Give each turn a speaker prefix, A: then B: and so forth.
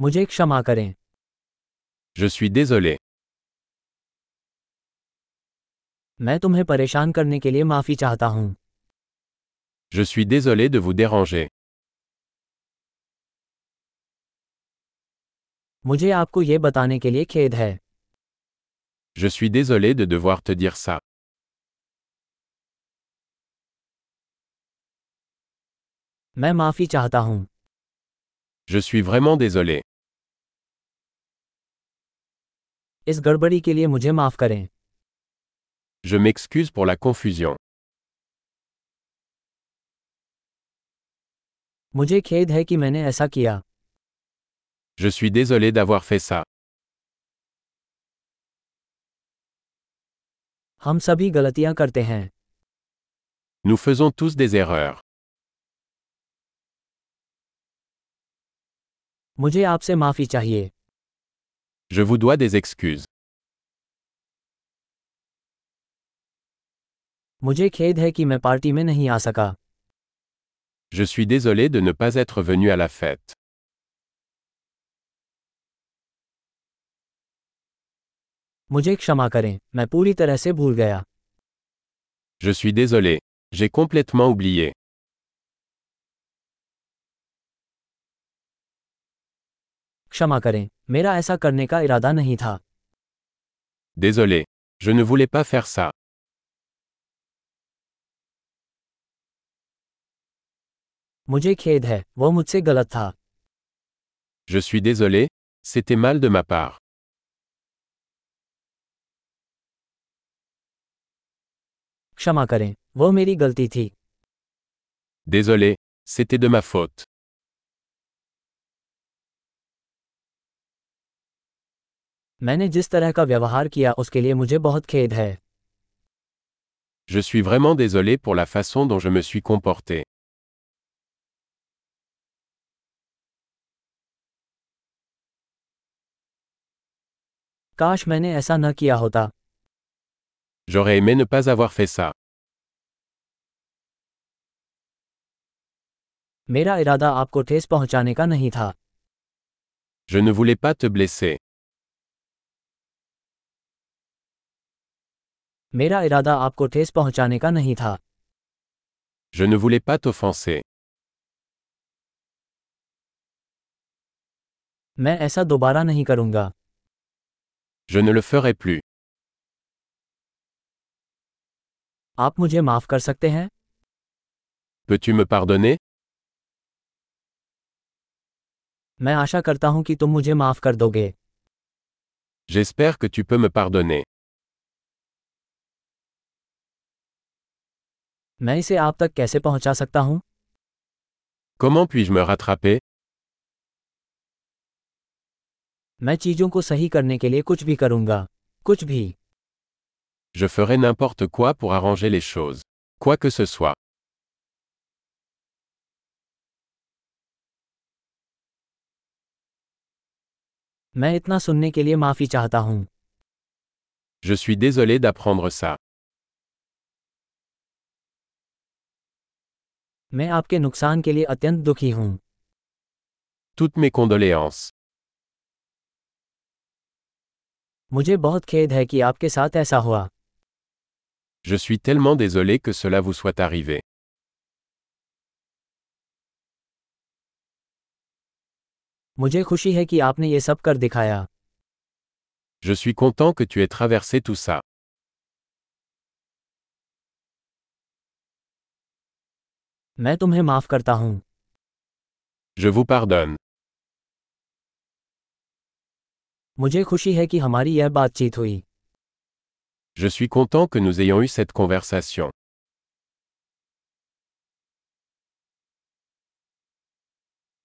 A: मुझे क्षमा करें
B: Je suis désolé.
A: मैं तुम्हें परेशान करने के लिए माफी चाहता हूँ
B: Je suis désolé de vous déranger.
A: मुझे आपको ये बताने के लिए खेद है
B: Je suis désolé de devoir te dire ça.
A: मैं माफी चाहता हूँ
B: Je suis vraiment désolé.
A: इस गड़बड़ी के लिए मुझे माफ करें
B: Je m'excuse pour la confusion.
A: मुझे खेद है कि मैंने ऐसा किया
B: Je suis désolé d'avoir fait ça.
A: हम सभी गलतियाँ करते हैं
B: Nous faisons tous des erreurs.
A: मुझे आपसे माफी चाहिए
B: Je vous dois des excuses.
A: मुझे खेद है कि मैं पार्टी में नहीं आ सका
B: Je suis désolé de ne pas être venu à la fête.
A: मुझे क्षमा करें मैं पूरी तरह से भूल गया
B: Je suis désolé. J'ai complètement oublié.
A: क्षमा करें मेरा ऐसा करने का इरादा नहीं था
B: Désolé. Je ne voulais pas faire ça.
A: मुझे खेद है वह मुझसे गलत था
B: Je suis désolé. C'était mal de ma part.
A: क्षमा करें वह मेरी गलती थी
B: Désolé. C'était de ma faute.
A: मैंने जिस तरह का व्यवहार किया उसके लिए मुझे बहुत खेद है
B: Je suis vraiment désolé pour la façon dont je me suis comporté.
A: काश मैंने ऐसा न किया होता
B: J'aurais aimé ne pas avoir fait ça.
A: मेरा इरादा आपको ठेस पहुंचाने का नहीं था
B: Je ne voulais pas te blesser.
A: मेरा इरादा आपको ठेस पहुंचाने का नहीं था
B: Je ne voulais pas t'offenser.
A: मैं ऐसा दोबारा नहीं करूंगा
B: Je ne le ferai plus.
A: आप मुझे माफ कर सकते हैं
B: Peux-tu me pardonner
A: मैं आशा करता हूं कि तुम मुझे माफ कर दोगे
B: J'espère que tu peux me pardonner.
A: मैं इसे आप तक कैसे पहुंचा सकता हूं
B: Comment puis-je me rattraper
A: मैं चीजों को सही करने के लिए कुछ भी करूंगा कुछ भी
B: Je ferai n'importe quoi pour arranger les choses. Quoi que ce soit.
A: मैं इतना सुनने के लिए माफी चाहता हूं
B: Je suis désolé d'apprendre ça.
A: मैं आपके नुकसान के लिए अत्यंत दुखी हूं
B: Toutes mes condoléances.
A: मुझे बहुत खेद है कि आपके साथ ऐसा हुआ
B: Je suis tellement désolé que cela vous soit arrivé.
A: मुझे खुशी है कि आपने ये सब कर दिखाया
B: Je suis content que tu aies traversé tout ça.
A: मैं तुम्हें माफ करता हूँ
B: Je vous pardonne.
A: मुझे खुशी है कि हमारी यह बातचीत हुई
B: Je suis content que nous ayons eu cette conversation.